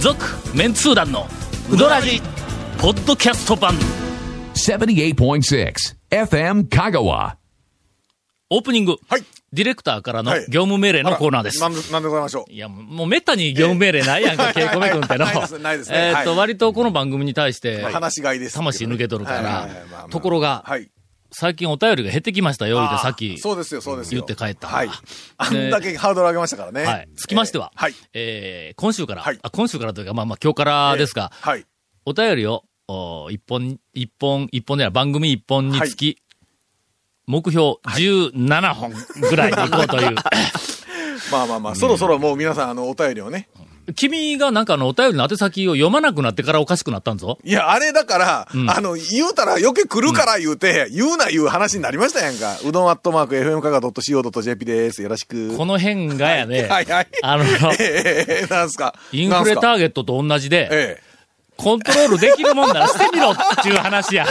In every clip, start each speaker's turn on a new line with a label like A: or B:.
A: 続メンツー団のウドラジポッドキャスト版
B: 78.6 FM Kagawa.
A: オープニング、
C: はい
A: ディレクターからの
C: はい
A: 業務命令
C: あ
A: の
C: ら
A: コーナーです、、
C: ないんで、なんでございましょう。
A: やもうめったに業務命令ない やんか、
C: ええ
A: 稽古目君っての
C: ないですないですね
A: えーっと、
C: はい
A: 割とこの番組に対して、
C: 話がいです。
A: 魂抜けとるから
C: はいはいはいまあまあ
A: ところが
C: はい。
A: 最近お便りが減ってきましたよ、言うてさっき
C: そうですよ、そうです
A: 言
C: よ。
A: って帰った
C: はい。あんだけハードル上げましたからね。
A: はい。つきましては、
C: えーはい。
A: えー今週から、
C: はい
A: あ、今週からというか、まあまあ今日からですが、
C: えーはい。
A: お便りを、お一本、一本、一本では番組一本につき、目標17本ぐらいでいこう という。
C: まあまあまあ、そろそろもう皆さん、あの、お便りをね。
A: 君がなんかあのお便りの宛先を読まなくなってからおかしくなったんぞ。
C: いや、あれだから、
A: ん
C: あの、言うたら余計来るから言うて、言うな言う話になりましたやんか。うどんアットマーク FM かが .co.jp です。よろしく。
A: この辺がやね、
C: はいはい。
A: あ の、
C: ええええなんすか。
A: インフレタ
C: なんすか
A: ーゲットと同じで、
C: ええ。
A: コントロールできるもんならしてみろっていう話や。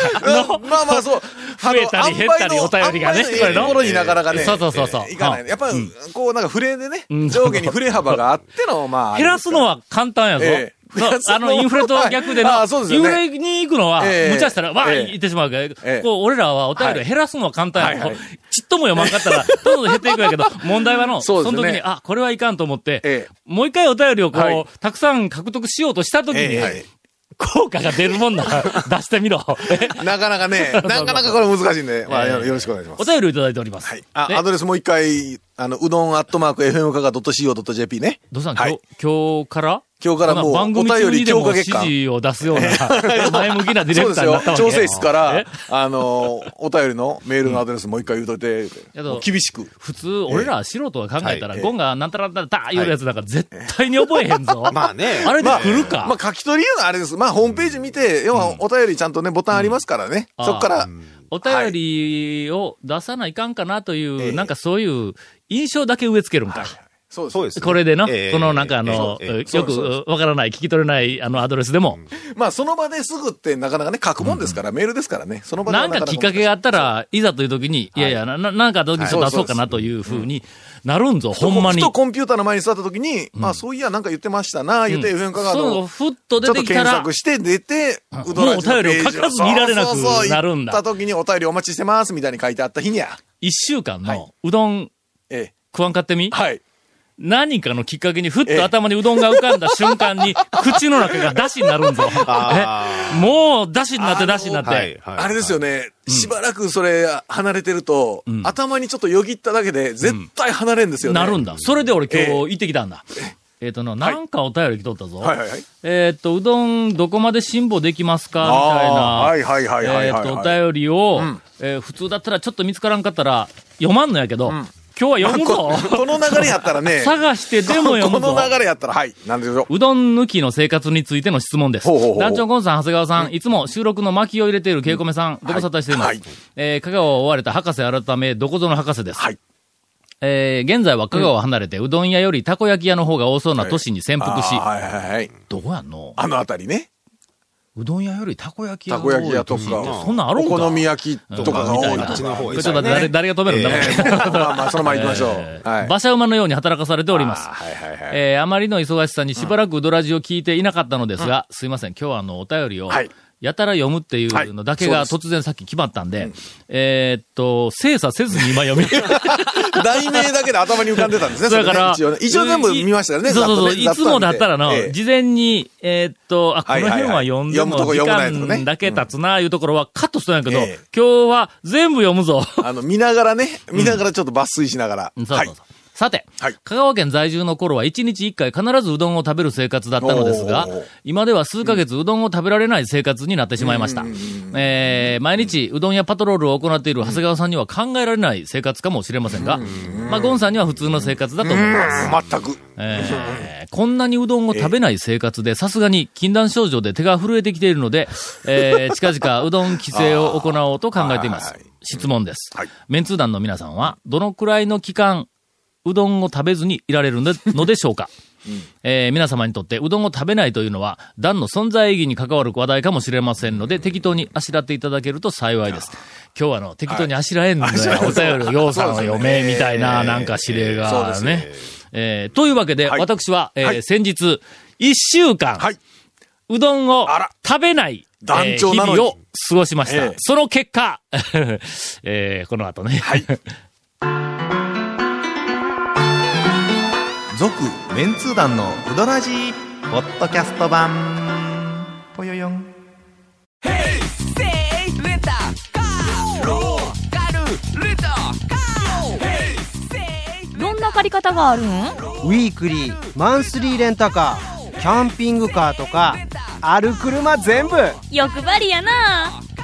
A: の
C: まあまあそう。あの
A: 増えたり減ったりお便りがね
C: あんまりのええところになかなかね。
A: そうそうそうそう
C: ええいかない。やっぱ
A: うん、
C: こうなんか触れでね、
A: ん
C: 上下に触れ幅があっての、まあ。
A: 減らすのは簡単やぞ。
C: ええ
A: の
C: 減らす
A: あ
C: の
A: の、インフレと逆で
C: は
A: な、
C: いあそうです
A: イン
C: よ
A: フ
C: ね
A: レに行くのは、
C: ええ
A: 無茶したら、わあ、
C: ええ
A: 言ってしまうけど、
C: ええ
A: こう、俺らはお便りを減らすのは簡単やぞ、
C: はいはい
A: ちっとも読まんかっ たら、どんどん減っていくんやけど、問題はの、
C: そうですね
A: の時に、あ、これはいかんと思って、
C: ええ
A: もう一回お便りをこう、
C: はい
A: たくさん獲得しようとした時に、
C: ええはい
A: 効果が出るもんな ら出してみろ。え
C: なか なかね、なかなかこれ難しいんで、まあ、
A: ええ
C: よろしくお願いします
A: お。便りをいただいております。
C: はい。あ、
A: で
C: アドレスもう一回、あの、うどんアットマーク FM かが .co.jp ね。
A: どうしたん、
C: は
A: 今
C: い。
A: 日、今日から
C: 今日からもう
A: 番組中にでも
C: お便
A: 指
C: り強化月間
A: 示を出すよ うな、前向きなディレク
C: そう
A: タ
C: です
A: ーにな
C: よ
A: った。わけ
C: 調整室か
A: え
C: ら、あの、お便りのメールのアドレスもう一回言うといて、
A: や
C: もう厳しく。
A: 普通、俺ら素人が考えたら、
C: はい
A: ゴンがなんたらなんたらだー言うやつなんか絶対に覚えへんぞ。
D: まあね
A: あれで来るか。
C: まあ、書き取りいうのはあれです。まあ、ホームページ見て、要はお便りちゃんとね、ボタンありますからね。
A: うん
C: そっから、
A: お便りを出さないかんかなという、
C: ええ
A: なんかそういう印象だけ植え付けるんか。
C: そうです
D: そうですね。
A: これでな、
D: ええ
A: このなんかあの、
D: ええええ
C: え
A: よくわからない、聞き取れないあのアドレスでも、
C: まあ、その場ですぐってなかなかね、書くもんですから、メールですからね。その場で
A: な
C: は
A: んかきっかけがあったら、いざという時に、いやいや、な、ななんかどうにか
C: はい
A: 出そうかなというふうになるんぞ、ほんま
C: ふ
A: に。
C: とコンピューターの前に座った時に、あ、そういや、なんか言ってましたな、言って、
A: うん
C: 変化が
A: そう、
C: の、ち
A: ふっと
C: ょ
A: 出
C: っと
A: てきた
C: 検
A: ら
C: 索、して出て、
A: うん
C: うどらじの
A: もうお便りを
C: ページ
A: 書かずにいられなく
C: そうそうそう
A: なるんだ
C: 行った時にお便りお待ちしてます、みたいに書いてあった日にゃ。
A: 一週間
C: は
A: の
C: いう
A: どん
C: ええ。
A: 食わんかってみ
C: はい。
A: 何かのきっかけにふっ
C: ええ
A: と頭にうどんが浮かんだ瞬間 に、口の中が出汁になるんぞ。
D: あ
A: えもう出汁になって出汁になって。
D: はい、はい。
C: あれですよね、しばらくそれ離れてると、
A: ん
C: 頭にちょっとよぎっただけで、絶対離れんですよね。
A: なるんだ。それで俺今日
C: ええ
A: 行ってきたんだ。えっ、とな、なんかお便り来とったぞ。
C: はいはいはい。
A: えっ、と、うどんどこまで辛抱できますかみたいな。
C: あーはいはいはいはい
A: え
C: はい
A: ー
C: はい。
A: と、お便りを、
C: ん
A: えー普通だったらちょっと見つからんかったら読まんのやけど、今日は読むぞ
C: ここの流れやった らね、
A: 探してでも読むぞ
C: この流れやったら、はい、なんでしょう。
A: うどん抜きの生活についての質問です。
C: ほうほうほう
A: 団長コンさん、長谷川さん、いつも収録の巻きを入れている稽古目さん、ご無沙汰しています。
C: はい
A: えー香川を追われた博士改め、どこぞの博士です。
C: はい。
A: えー現在は香川を離れて、うどん屋よりたこ焼き屋の方が多そうな都市に潜
C: あ
A: 伏し、
C: ーはいはいはい。
A: どこやんの
C: あのあたりね。
A: うどん屋よりたこ焼き屋
C: た
A: が多
C: こ
A: い
C: 焼き屋と
A: 都市って
C: か、
A: そんなんあるん
C: お
A: か
C: 好み焼きとかが多い
D: みたいな
C: とか
D: こ
A: こ
D: れ
A: れちょっと待って誰誰が止めるんだ、
D: ええ
C: ええ まあまあ、その前行きましょう。は い。
A: 馬車馬のように働かされております
C: あー。はいはいはい。
A: えーあまりの忙しさにしばらくうどラジを聞いていなかったのですが、すいません、今日はあの、お便りを
C: はい、
A: やたら読むっていうのだけ
C: は
A: が
C: いそう
A: 突然さっき決まったんで、えーっと、精査せずに今 読み、
C: 題名だけで頭に浮かんでたん ですね。
A: それから、
C: それね一応ね一応全部見ましたよね。
A: いそうそうそう、い
C: ざっ
A: つ
C: とね
A: もだったらの、
C: ざっと見て
A: 事前に、えーっと、あ、こ
C: はい
A: の
C: はい
A: 辺は
C: はい
A: 読んで
C: 読
A: も
C: むとこ
A: 時
C: 読まないとね
A: 間だけ経つな、いうところはカットしたんやけど、
C: ええ
A: 今日は全部読むぞ。
C: ええあの、見ながらね、見ながらちょっと抜粋しながら。
A: うんそう
C: は
A: そう
C: い
A: そう。。さて、
C: はい
A: 香川県在住の頃は1日1回必ずうどんを食べる生活だったのですが
C: おー、
A: 今では数ヶ月うどんを食べられない生活になってしまいました。えー、毎日うどんやパトロールを行っている長谷川さんには考えられない生活かもしれませんが、まあ、ゴンさんには普通の生活だと思います。
C: 全く。
A: えーこんなにうどんを食べない生活で、さすがに禁断症状で手が震えてきているので、えー近々うどん規制を行おうと考えています
C: はい。
A: 質問です。
C: はい
A: メンツー団の皆さんは、どのくらいの期間、うどんを食べずにいられるのでのでしょうか、えー皆様にとって、うどんを食べないというのは、団の存在意義に関わる話題かもしれませんので、適当にあしらっていただけると幸いです。今日はあの、適当にあしらえんのよ、お便りを、ようさんを読め、みたいな、なんか指令がね。ええーというわけで、
C: はい
A: 私は、えー
C: はい
A: 先日、一週間、
C: はいう
A: どんを
C: あら
A: 食べない、えー
C: 団長
A: 日
C: なのに
A: 々を過ごしました。
C: ええ
A: その結果、 えーこの後ね。
D: 続メンツー団のウドラジーポッドキャスト版ぽよよん
E: どんな借り方があるん
F: ウィークリーマンスリーレンタカーキャンピングカーとかある車全部
E: 欲張りやな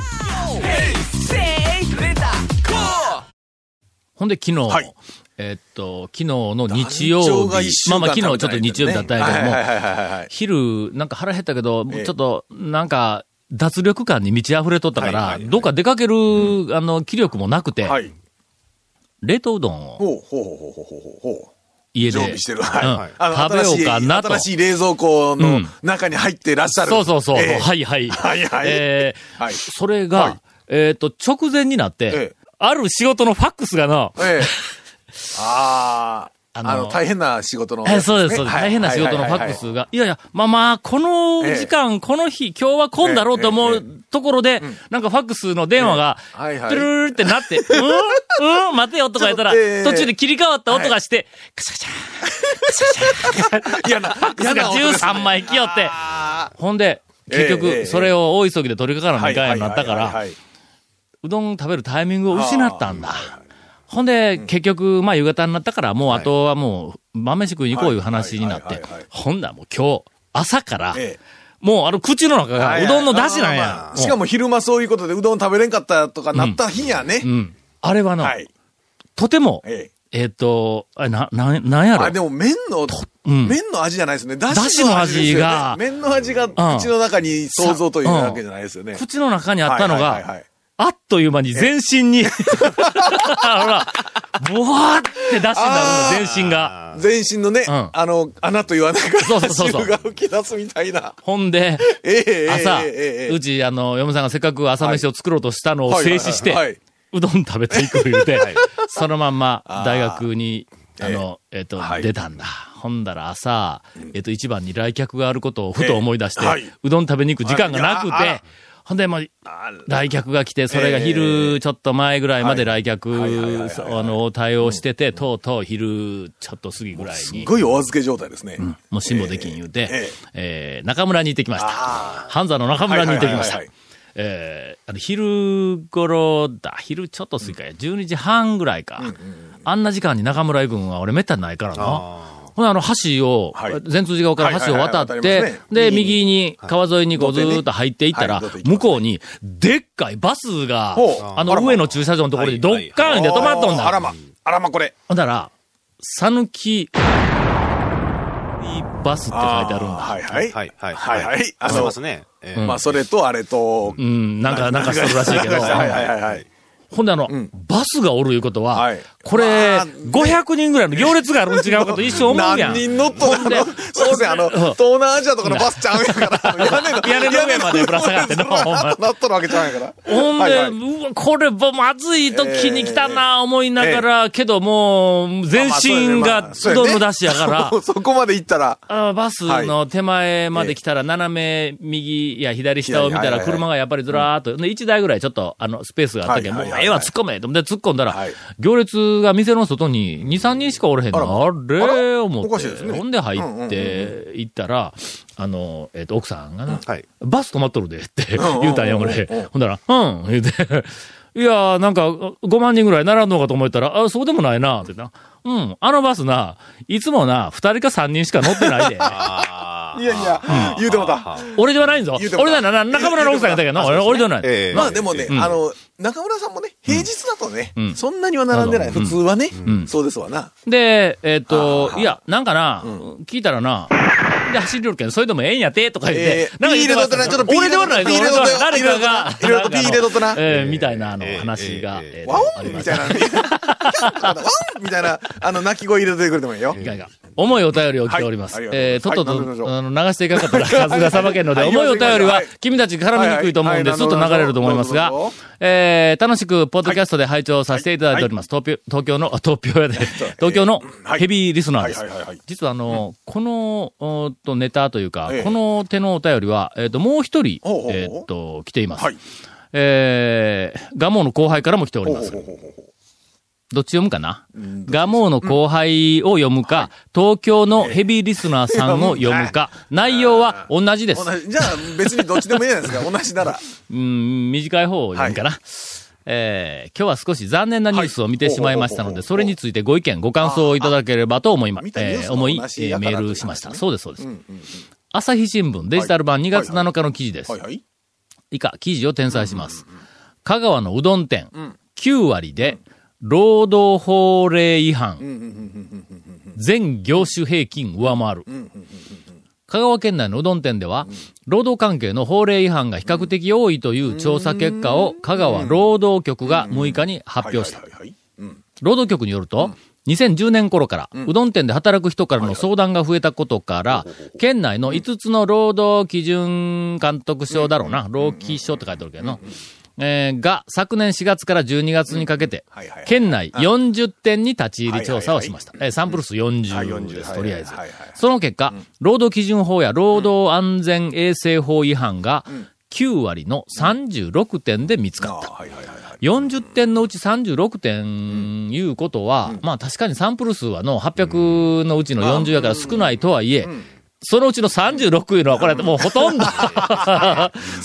A: ほんで、昨日、
C: はい
A: えーっと、昨日の日曜
C: 団長が
A: 日
C: 一、週
A: まあ
C: 間
A: まあ昨日ちょっと日曜日
C: 食べてないんだよね
A: だったんやけども、
C: はいはいはいはいはい。
A: 昼、なんか腹減ったけど、
C: ええ
A: ちょっと、なんか、脱力感に満ち溢れとったから、
C: はいはいはい
A: どっか出かける、あの、気力もなくて、
C: はい。
A: 冷凍うどんを
C: ほうほうほうほうほうほうほう。
A: 家で、
C: 常備してる。はい。
A: うん
C: あの
A: 食べようかなと。
C: 新しい新しい冷蔵庫
A: う
C: の
A: ん
C: 中に入ってらっしゃる。
A: そうそうそう。
C: ええ
A: はいはい。
C: はいはい
A: えー
C: はい
A: それが、
C: はい
A: えっ、と、直前になって、
C: ええ
A: ある仕事のファックスがの、
C: ええ。あ
A: あ
C: あ。あ
A: の
C: の、大変な仕事の、
A: えーそうです、そうです。
C: はい
A: 大変な仕事のファック。
C: はいはいはい
A: スが、いやいや、まあまあ、この時間、この日、今日は混んだろうと思
C: ええ
A: うところで、なんかファックスの電話が、
C: ええはいはい
A: トゥルルルってなって、うんうん待てよとか言ったら、
C: ちょっとええ
A: 途中で切り替わった音がして、カシャカシャカシャカシャ
C: 嫌な、嫌な音です
A: 13枚来よって
C: あ
A: ほんで、結
C: えええ
A: 局、
C: え
A: それを大急ぎで取り掛からな
C: ー
A: いかんようになったか
C: はいはい
A: ら、
C: はいは
A: うどん食べるタイミングを失ったんだ。ほんで、結局、まあ夕方になったから、もうあとはもう、豆飯食いに行こういう話になっ
C: はい
A: て
C: はいはいはい、
A: ほんならもう今日、朝から
C: い、ええ
A: もうあの口の中がうどんの出汁なん
C: まあまあ
A: や
C: まあ。しかも昼間そういうことでうどん食べれんかったとかなった日やね。
A: うん。あれはの
C: は、い。
A: とても、
C: ええ。
A: えっと、あれな、な、なんやろ
C: あ、。でも麺の、
A: うん
C: 麺の味じゃないですよね。だ
A: だし
C: し
A: の
C: の
A: 味
C: 味
A: で
C: ですす
A: よ
C: よ
A: ね
C: ね。麺の味が口の中に想像というわけじゃないですよね。
A: 口の中にあったの
C: はいはいはいは
A: が
C: い、
A: あっという間に全身 に、ほら、ぼわーって出汁になるの、全身が。
C: 全身のね、
A: うん
C: あの、穴と言わないか
A: そう
C: ら、
A: そうそうそう
C: 汁が浮き出すみたいな。
A: ほんで、
C: ええええ
A: 朝
C: ええええ、
A: うち、あの、嫁さんがせっかく朝飯を作ろうとしたのを制止して
C: はいはいはいはい、
A: うどん食べていく言うて、そのまんま
C: あー
A: 大学に、あの、えっと
C: は、い
A: 出たんだ。ほんだら朝、えっと、一番に来客があることをふと思い出して
C: ええはいう
A: どん食べに行く時間がなく
C: あいや
A: て
C: あ、
A: ほんで、もう、
C: あ
A: 来客が来て、それが昼ちょっと前ぐらいまで来客、
C: はいはいはいはいはい
A: あの、対応してて、とうとう昼ちょっと過ぎぐらい
C: すっ
A: に、
C: ごいお預け状態ですね。
A: もう辛抱できん言うて、え
C: ええ
A: ー中村に行ってきました。半沢の中村に行ってきました
C: はいはいはいはいはい。
A: えーあの昼頃だ、昼ちょっと過ぎかや、12時半ぐらいか。あんな時間に中村行くんは俺めったにないからな。ほなあの橋を
C: はい、
A: 全通寺川から橋を渡っ
C: はいはい
A: て
C: はい渡りますね、
A: で、右に川沿いにこうず
C: はい
A: ーっと入っていったら
C: はいはい、
A: 向こうに、でっかいバスが
C: ほう、
A: あの上の駐車場のところにドッカーンで止まっとんだ
C: あ。らま、あらまこれ。
A: ほんだら、さぬき、バスって書いてあるんだ。
C: はいはい。
G: はい、はい。
C: はいはい
G: あ
C: あの
G: りますね。ええ
A: うん
C: まあ、それとあれと、
A: うん、なんか、なんかしてるらしいけど。
C: はいはいはいはい。
A: ほんであの、
C: ん
A: バスがおるいうことは、
C: はい
A: これ、
C: まあね
A: 500人ぐらいの行列があるん違うかと一生思うやん。
C: 何人乗っと
A: ほん
C: ん
A: で
C: だのそうですね、あ
A: う
C: の、
A: ん
C: 東南アジアとかのバスちゃうんやから、屋根の
A: 屋根の上までぶら下がっての
C: 屋根の上までぶら下がってなっとるわけちゃうんやから。
A: ほんで、
C: はいはいう
A: わ、これ、まずい時に来たな、思いながら、けどもう、全身がうどんの出汁やから、
C: そうそこまで行ったら、
A: あバスの手前まで来たら、斜め右や左下を見た
C: いやいや
A: ら、
C: はいはい
A: 車がやっぱりずらーっと、で1台ぐらいちょっと、あの、スペースがあったけど、も
C: は
A: う
C: いはいはいはい
A: ええわ、突っ込めと思って突っ込んだら
C: はい、
A: 行列が店の外に2、3人しかおれへんの。あれ思っ
C: おかしていです、ね
A: ほんで入って行ったら、あの、えっと、奥さんがな、
G: はい。
A: バス止まっとるでって
C: んうん
A: 言うたんや、俺。ほんなら、うん、言うて。 いやー、なんか、5万人ぐらい並んのかと思ったら、あ、そうでもないな、ってな。うん、あのバスな、いつもな、2人か3人しか乗って ないで。
G: あ
C: いやいや、言うてもた。
A: 俺ではないんぞ
C: 言う。ても
A: 俺だな、な中村の奥さんが言 ったけどな、俺俺ではない。
G: ええ
C: まあでもね、
A: うん
C: あの、中村さんもね、平日だとね、
A: うん
C: そんなには並んでない。
A: うん
C: 普通はね、
A: ん
C: そうですわな。
A: で、えっと、
C: あー
A: いや、なんかな、聞いたらな、で、走り寄るけん、それでもええんやて、とか言って
C: え、え
A: なんか
C: ピー入れとったな、ちょっとピー
A: 俺ではないぞ、
C: ピー入
A: 俺
C: れ
A: で
C: と
A: は
C: っ
A: ない
C: たよ。
A: 誰かが、
C: いろいろとピー入れとったな。
A: ええ、みたいな、あの、
G: ええ
A: 話が、
G: ええ
A: えっと
C: ワ
A: あ
C: オ
A: り
C: ン
A: ま
C: み
A: した
C: たいなね。ワオンみたいな、あの、泣き声入れてくれてもいいよ。
A: いかんいかん重いお便りを来ております。
C: はいありがとうございます
A: えー、とっとと、
C: はい何でしょう
A: あの、流していかなかったら、春日さばけんので、
C: はい
A: 重いお便りは
C: はい
A: 君たち絡みにくいと思うんで、
C: はい
A: すっと流れると思いますが
C: どうぞどうぞ、
A: えー、楽しく、ポッドキャストで拝聴させていただいております。東京、東京の、あ東京やで、東京の
C: はい
A: ヘビーリスナーです
C: はいはいはいはい。
A: 実はあの、この、おーっと、ネタというか
C: え、え
A: この手のお便りは、えっと、もう一人
C: ほうほうほ、う
A: えっと、来ています
C: はい。
A: えー、ガモの後輩からも来ており
C: ほ
A: ま
C: うほう
A: す
C: ほ。うほうほ
A: どっち読むかなガモーの後輩を読むか、東京のヘビーリスナーさんを読むか、内容は同じです。
C: う同じじゃあ別にどっちでもいいじゃないですか。同じなら。
A: うん、短い方を読むかな。えー今日は少し残念なニュースを見てしまいましたの
C: は
A: で、
C: い
A: それについてご意見、ご感想をいただければと思いま
C: ああ見、たニュ
A: え
C: ース
A: ー
C: と
A: 思い、え
C: 同じ
A: ー
C: やか
A: メ
C: ら
A: ー
C: という
A: ルしまし
C: 話
A: た。
C: ね
A: そうです、そうです
C: うん。うん
A: 朝日新聞デジタル版2月7日の記事です
C: はい。はい。
A: 以下、記事を転載します。香川のうどん店、9割で、労働法令違反、全業種平均上回る。香川県内のうどん店では、労働関係の法令違反が比較的多いという調査結果を香川労働局が6日に発表した
C: は。いはいはい。うん。
A: 労働局によると、2010年頃から、うどん店で働く人からの相談が増えたことから、県内の5つの労働基準監督署だろうな、労基署って書いてあるけどな、えーが、昨年4月から12月にかけて
C: はいはいはい、
A: 県内40店に立ち入り調査をしました。えーサンプル数
C: はい
A: 40
C: 40
A: です、とりあえず
C: はいはいはい。
A: その結果、労働基準法や労働安全衛生法違反が、9割の36点で見つ
C: あ
A: か
C: あ
A: った。
C: はいはいはいはい。
A: 40点のうち36点いうことは、まあ確かにサンプル数はの800のうちの40やから少ないとはいえ、そのうちの36いうのはこれもうほとん ど、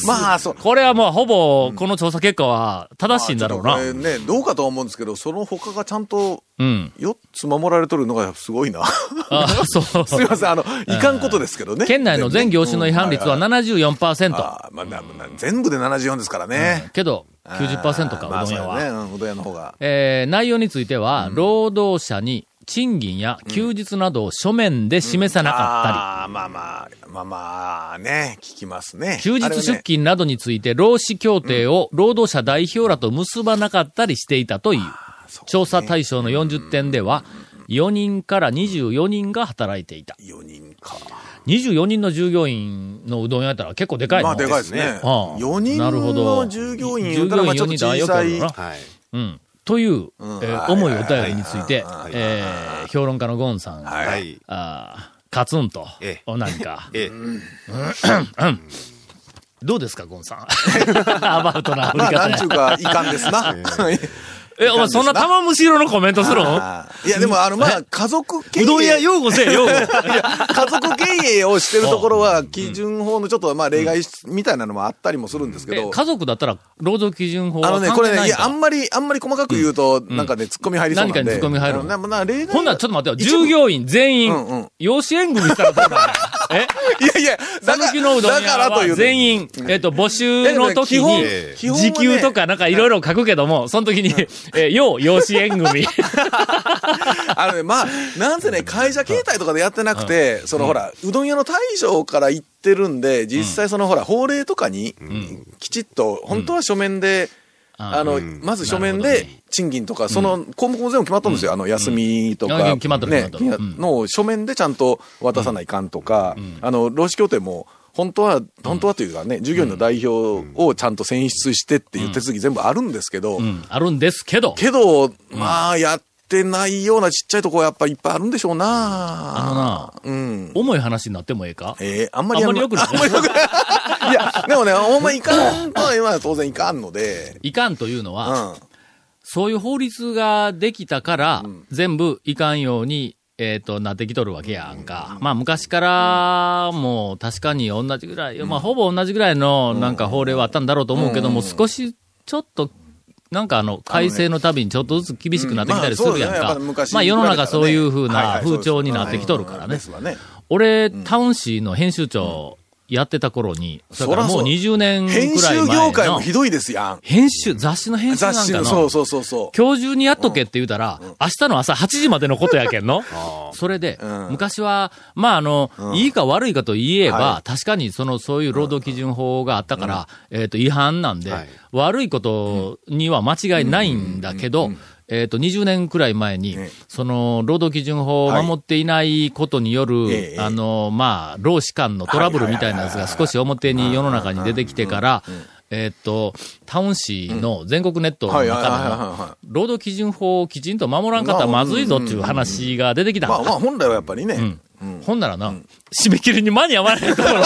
C: まあそう。
A: これはもうほぼこの調査結果は正しいんだろうな
C: まあ。ちょっとこれね、どうかとは思うんですけど、その他がちゃんと
A: うん。
C: 4つ守られとるのがすごいな。
A: あ そう。
C: すいません、あの、いかんことですけどね。
A: 県内の全業種の違反率は
C: うんい
A: 74%。
C: いはいあーまあなな全部で74ですからね。
A: けど、90%か、
C: あーまあ
A: うどん屋は。
C: そうやねうんうどん屋の方が。
A: えー内容については、労働者に賃金や休日などを書面で示さなかったり、
C: あーまあまあ、まあまあ、ね、聞きますね。
A: 休日
C: あれ
A: 出
C: はね
A: 勤などについて労使協定を労働者代表らと結ばなかったりしていたという。調査対象の40点では、4人から24人が働いていた。
C: 4人か。
A: 24人の従業員のうどん屋やったら結構でかいの
C: まあ、でかいですね。
A: ああ
C: 4人
A: なるほど
C: の従業員言ったら、まあ、ちょっと小さい。
A: 従業員四人でああよくあるな
G: はい。
A: うん。という、えー重いお便りについて
C: は、
A: えー評論家のゴンさんが、
G: は
C: はい。
G: い。
A: あーカツンと
G: え、
A: おなん か、
G: ええ。
A: どうですか、ゴンさん。 アバウトな振り
C: まあ、
A: 方
C: なん
A: や
C: ちゅうか、いかんですな。
A: え、お前そんな玉虫色のコメントするん
C: あーいや、でも、あの、まあ、家族経営。
A: うどん屋擁護せえ、擁護。
C: 家族経営をしてるとこ ろは、基準法のちょっと、まあ、例外みたいなのもあったりもするんです
A: え
C: けど。
A: 家族だったら、労働基準法
C: あ
A: は
C: の
A: 関係
C: ね、
A: ない
C: これね、
A: ん
C: い
A: だ
C: や、あんまり、あんまり細かく言うと、なんかね、突っ込み入りそうなんで。
A: 何かに突っ込み入る
C: あのなまあ、例外。
A: ほんならちょっと待ってよ。
C: 一部
A: 従業員全員、
C: うんうん
A: 養子縁組したらどうなん やえ
C: いやいや、だ
A: 讃岐のうどん
C: だ
A: 屋
C: からとい
A: は
C: う。
A: 全員、えっと、募集の時
C: 基本
A: に、
C: 基本は
A: 時
C: ね
A: 給とかなんかいろいろ書くけども、その 時に、え、要養子縁組。
C: あのね、まあ、なんせね、会社形態とかでやってなくて、そのほら、うどん屋の大将から言ってるんで、実際そのほら、法令とかに、きちっと、本当は書面で、 あの、まず書面
A: なるほ
C: で
A: どね、
C: 賃金とか、その項目も全部決まったんですよ。あの、休みと
A: う
C: か。
A: ん決まっとる
C: ね
A: 決まっとるうん
C: のを書面でちゃんと渡さないかんとか、あの、労使協定も、本当は、本当はというかね、従業員の代表をちゃんと選出してっていう手続き全部あるんですけど、
A: うん、あるんですけど、
C: けど、まあ、やってないようなちっちゃいとこはやっぱいっぱいあるんでしょうな。
A: あのな、
C: うん。
A: 重い話になってもええか
C: えー、あんま
A: あ
C: り
A: んまり良くない。
C: い。いや、でもね、ほんまいかんとは今は当然いかんので、
A: いかんというの
C: うん。
A: は、
C: あ
A: そういう法律ができたから、全部いかんように、えっ、と、なってきとるわけやんか。まあ、昔から、もう、確かに同じぐらい、まあ、ほぼ同じぐらいの、なんか法令はあったんだろうと思うけども、少し、ちょっと、なんかあの、改正のたびにちょっとずつ厳しくなってきたりするやん
C: う
A: か
C: んまあそうですねやっぱり昔。に
A: まあ、世の中そういう風
C: はい
A: な
C: はいそう
A: 風
C: です
A: 潮になってきとるからね
C: です。わね。
A: 俺、タウン誌の編集長やってた頃に、それからもう
C: そらそう
A: 20年くらい前
C: 編
A: の。
C: 集業界もひどいですやん。
A: 編集、雑誌の編集なん
C: 雑誌
A: か
C: の、
A: の。
C: そうそうそうそう。
A: 今日中にやっとけって言うたら、明日の朝8時までのことやけん のそれで、
C: うん
A: 昔は、まああの、いいか悪いかと言えば、
C: は
A: 確かにその、そういう労働基準法があったから、えっ、と、違反なんで、
G: はい
A: 悪いことには間違いないんだけど、えっ、と、20年くらい前に、
C: ええ
A: その、労働基準法を守っていないことによる、
C: ええ
A: あの、まあ、労使間のトラブルみたいなやつが少し表に世の中に出てきてから、えっ、と、タウン市の全国ネットの中
C: は
A: で
C: いはいはいはい
A: も、
C: は
A: 労働基準法をきちんと守らんかったらまずいぞっていう話が出てき
C: い。
A: た。
C: まあまあ、本来はやっぱりね。
A: ほんならな、締め切りに間に合わないところ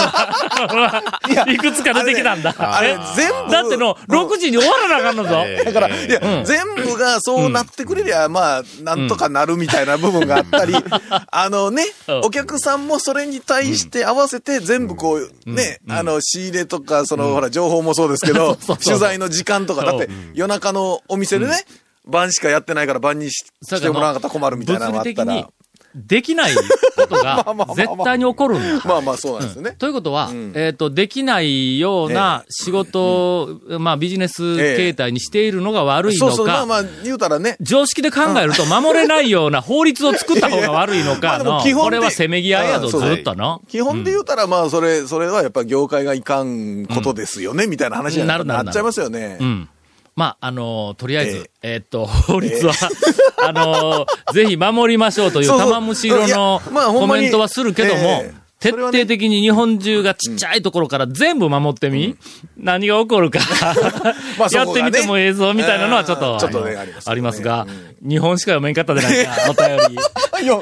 A: がいくつか出てきたんだ。
C: あれ
A: え
C: 全部
A: だっての、6時に終わらなあかんのぞ。
C: だから、いや、全部がそうなってくれりゃ、まあ、なんとかなるみたいな部分があったり、 あのね
A: うん、
C: お客さんもそれに対して合わせて、全部こう、ね、あの、仕入れとか、その、ほら、情報 もそうですけど、取材の時間とか、だって、夜中のお店でね、晩しかやってないから晩にし
A: そうやけ
C: して
A: ど
C: もらわなかったら困るみたいなのが
A: 物
C: あっ
A: 理
C: た
A: 的に
C: ら、
A: できないこと が絶対に起こるんだ。
C: まあまあそうなんですよね。
A: ということは、
C: ん
A: えっ、と、できないような仕事、まあビジネス形態にしているのが悪い
C: そう
A: の
C: そう、まあ
A: か、
C: まあ、言うたらね、
A: 常識で考えると守れないような法律を作った方が悪いのか
C: いやいやま
A: の、
C: あでも基本
A: これはせめぎ合いやぞ、
C: うん
A: ず
C: そう
A: っとの。
C: 基本で言うたら、まあ、それ、それはやっぱ業界がいかんことですよね、みたいな話に
A: な
C: な
A: るなる
C: っちゃいますよね。
A: うん。まあ、あのーとりあえず、えーっと、法律は、 あのーぜひ守りましょうという
C: そうそう
A: 玉虫色
C: いや
A: の
C: まあほ
A: コ
C: んまに
A: メントはするけども、
C: ええ
A: 徹
C: それ
A: 底
C: はね
A: 的に日本中がちっちゃいところから全部守ってみ、何が起こるか、
C: まあそ
A: や
C: こがね
A: ってみても映像みたいなのはちょっと、
C: うんちょっとね
A: あの
C: ありますよね
A: ありますが、日本しか読めんかったじゃないか、お便り。
C: いや、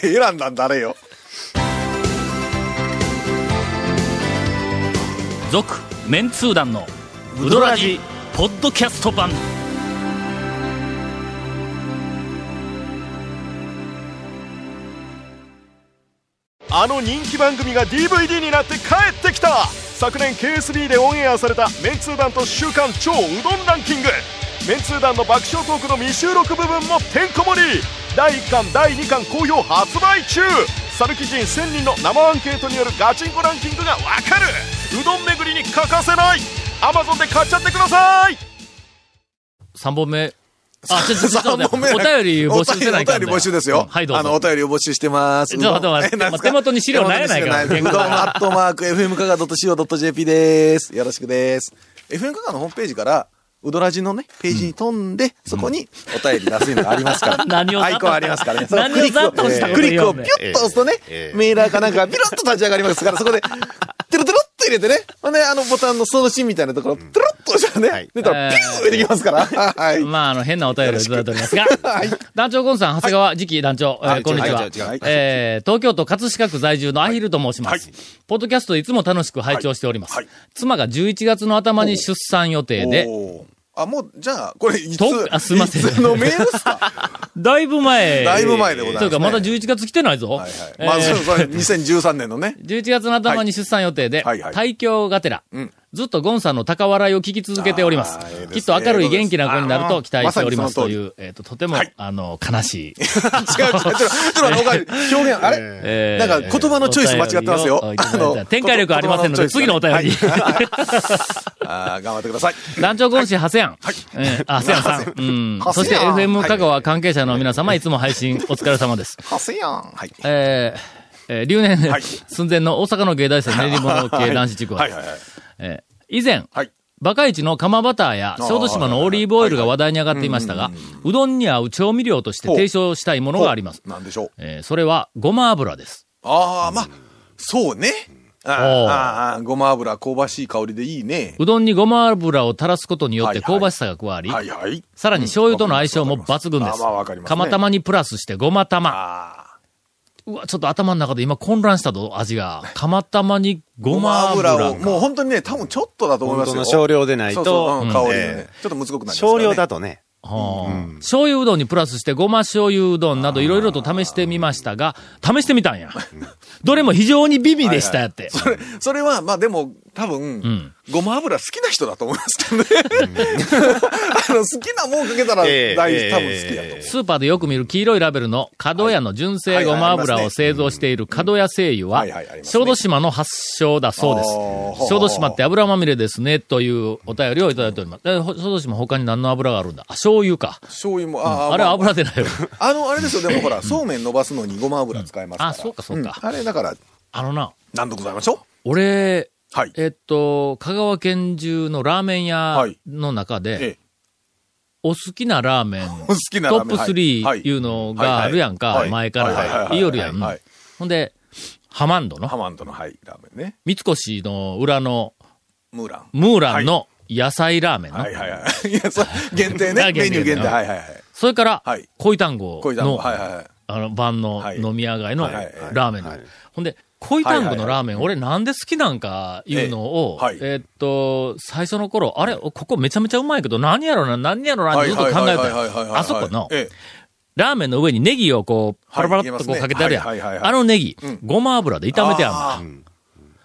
C: で選んだん誰よ。
A: 続、メンツー団の、ウドラジ、ポッドキャスト版。
G: あの人気番組が DVD になって帰ってきた昨年 KSB でオンエアされた「メンツー団と週刊超うどんランキング」メンツー団の爆笑トークの未収録部分もてんこ盛り第1巻第2巻好評発売中サルキ人1000人の生アンケートによるガチンコランキングがわかるうどん巡りに欠かせない Amazon で買っちゃってください
A: 3本目。あ、ちょ、ちょ、ちょ、ちょ、お
C: 三
A: 便
C: 本目
A: り募集してないか
C: お
A: ん
C: 便
A: だ
C: り募集ですよ。
A: はい、どう
C: あの、お
A: ぞ。
C: 便り募集してま
A: ち
C: す。
A: ょっと待って
C: うどんえなんすか
A: 手元に資料ないやないか
C: 手元に資料ないですうどんアットマーク、FM かが .co.jp です。よろしくです。FM かがのホームページから、うどらじのね、ページに飛んで、そこにお便り出すのがあります から。
A: 何をざっと
C: アイコンあります からね。その
A: 何をざっとしたこと言うね
C: クリックをピュッと押すとね、メーラーかなんかがビロッと立ち上がりますから、そこで、てるてるっと入れてね、ほんで、あのボタンの送信みたいなところ、てるっと押したらね、出たらピュー出てきます から。はい。
A: まあ、あの、変なお便りをいただいておりますが、団長ゴンさん、長谷川次期団長、えーこんにち
C: は
A: はい
C: 違う違うはい。
A: えー東京都葛飾区在住のアヒルと申します。ポッドキャストいつも楽しく拝聴しております
C: はいはい。
A: 妻が11月の頭に出産予定で、
C: おーあ、もう、じゃあ、これ、いつ
A: とあすいません
C: いつのメールで すか
A: だいぶ前。
C: だいぶ前でございますね
A: というか、まだ11月来てないぞ。
C: はいはい。まあ、そうそう2013年の ね。
A: 11月の頭に出産予定で、
C: はいはい
A: 体調がてら、
C: ん
A: ずっとゴンさんの高笑いを聞き続けております
C: あーいいです。ね
A: きっと明るい元気な子になると期待しております
C: あー
A: という、えっ、と、とても、
C: はい
A: あの、悲しい。
C: 違う違う。ちょっと、ちょ っと、おかしい表現、あれ
A: え
C: なんか言葉のチョイス間違ってますよ
A: お便りをいただいた
C: あの
A: 展開力ありませんので、
C: 言
A: 次のお
C: 葉のチ
A: 便
C: ョ
A: り
C: イ。スあー頑張ってください。
A: 団長ゴン氏、ハセヤン。うんあ、ハセヤン さん。うん。そして FM 香川関係者の皆様、いつも配信お疲れ様です。
C: はせやん。はい。
A: えーえー留年
C: はい
A: 寸前の大阪の芸大生練り物系男子地区は
C: はいはいはい。
A: えー以前、
C: はい
A: バカイチの釜バターや小豆島のオリーブオイルが話題に上がっていましたが、うどんに合う調味料として提唱したいものがあります。
C: なんでしょう。
A: えーそれは、ごま油です。
C: ああ、まあ、そうね。あー
A: おー
C: あー、あーごま油、香ばしい香りでいいね。
A: うどんにごま油を垂らすことによって
C: はいは
A: 香
C: い
A: ばしさが加わり、
C: はいはい。
A: さらに醤油との相性も抜群で
C: あ
A: す
C: まあわかり。ますね
A: 釜玉にプラスしてごま玉。
C: ああ。
A: うわ、ちょっと頭の中で今混乱したぞ、味 が。釜玉にご
C: ご
A: ま
C: ま
A: 油
C: 油
A: が
C: を、もう本当にね、多分ちょっとだと思いま
H: 本
C: す
H: 当
C: よ。
H: の少量でない
C: そうそ
H: と、
C: ううん香りが
H: え
C: ね。ちょっとむずくなりますから
H: 少
C: ね
H: 量だとね、
A: はあ醤油うどんにプラスしてごま醤油うどんなどいろいろと試してみましたが、試してみたんや。 どれも非常に美味でしたやって。
C: それ、それは、まあでも、多分、
A: ん
C: ごま油好きな人だと思いますけどね。 あの、好きなもんかけたら、
H: ええ
C: 大
H: ええ
C: 多分好きだと思う。
A: スーパーでよく見る黄色いラベルの角屋の純正ごま油を製造している角屋製油は
C: はいはいあり、ますね
A: 小豆島の発祥だそうです
C: あー。
A: 小豆島って油まみれですね、というお便りをいただいております。えほ小豆島他に何の油があるんだあ、醤油か。
C: 醤油も、あー、
A: あれ
C: ま
A: は油でないよ。
C: あの、あれですよ、でもほら、そうめん伸ばすのにごま油使いますから。
A: あそうかそうか
C: んあれ、だから、
A: あのな、
C: なんでございましょ
A: 俺、
C: うはい。
A: えっと、香川県中のラーメン屋
C: はい
A: の中で、
C: ええ
A: お好きなラーメン、
C: 好きな
A: トッ
C: ラー
A: プ
C: メンはい
A: 3いうのがあるやん
C: はい
A: か
C: は、い
A: 前
C: はいはいはい
A: か
C: は
A: ら。
C: い
A: いよるやん
C: はい。
A: ほんで、ハマンド
C: ハ
A: の、
C: マンドの、はい、ラーメンね。
A: 三越の裏の、
C: ムーラン。
A: ムーランの野菜ラーメンの
C: はいはいはい。いや、そう、限 定
A: あ
C: ね。
A: 限定
C: メニュー限定。
A: ね
C: はいはいはい。
A: それから
C: はい、
A: 恋単語
C: こういったの、
A: の、
C: はいはいはい。
A: あの、晩の
C: はい
A: 飲み屋街の
C: はいはい
A: ラーメンの。ほんで、恋単語のラーメン、俺なんで好きなんかいうのを、
C: はい
A: えーっと、最初の頃、あれ、ここめちゃめちゃうまいけど、何やろな、何やろな、ずっと考えた
C: はいはいはいはいはいはい
A: よ。あそこの、
C: ええ
A: ラーメンの上にネギをこう、パ
C: はい
A: ラパラっとこうかけてあるやん。
C: 入れますねはいはいはいはい
A: あのネギ、ごま油で炒めてやん
C: あ
A: の。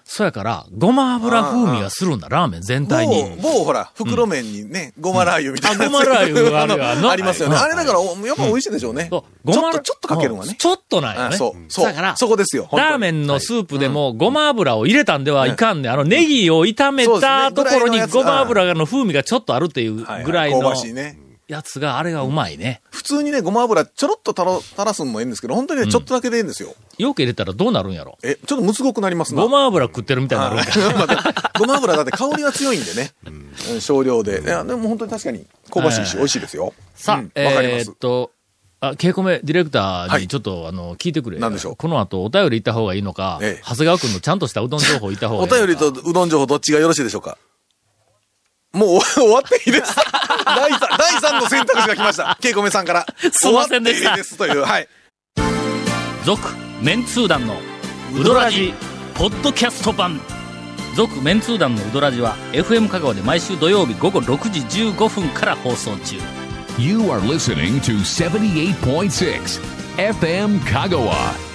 A: そやから、ごま油風味がするんだ、ラーメン全体に。
C: 某、某ほら、袋麺にね、ごまラー油みたいなやつ。
A: あごまラー油があるわな
C: ありますよね。
A: はい
C: あれだから、おやっぱ美味しいんでしょうね。ちょ
A: そ
C: っ
A: うごま
C: と、ちょっとかけるわ
A: うん
C: ね。
A: ちょっとなんよ
C: あ
A: ね。
C: そう、そ
A: だから
C: う。、そこですよ。本当に
A: ラーメンのスープでも、ごま油を入れたんではいかんね。あの、ネギを炒め
C: そうです
A: た
C: ね
A: ところ
C: ぐらいの
A: に
C: やつ
A: ごま油の風味がちょっとあるっていう
C: はは
A: ぐらい
C: 香
A: の
C: ばしいね。
A: やつが、あれがうまいね。
C: 普通にね、ごま油ちょろっと垂ら垂らすのもいいんですけど、本当にね、ちょっとだけでいいんですよ。
A: よく入れたらどうなるんやろ。
C: え、ちょっとむつごくなりますな。
A: ごま油食ってるみたいになるんか。
C: まあごま油だって香りが強いんでね。うん少量で。いや、でも本当に確かに香ばしいし、
A: ええ
C: 美味しいですよ。
A: さあ、
C: うんわかりま
A: え
C: す
A: ーっ。と、あ、ケイコメディレクター
C: は
A: に
C: い
A: ちょっと、あの、聞いてくれ。
C: 何でしょう
A: この後お便り行った方がいいのか、
C: ええ
A: 長谷川くんのちゃんとしたうどん情報行った方がいい
C: お
A: のか。
C: 便りとうどん情報どっちがよろしいでしょうかもう終わっていいです。 第三第3の選択肢が来ました。ケイコメさんから。
A: すいませんでした
C: 終わっていいですという。はい。
A: 続メンツー団のウドラジポッドキャスト版続メンツー団のウドラジは FM 香川で毎週土曜日午後6時15分から放送中
B: You are listening to 78.6 FM Kagawa.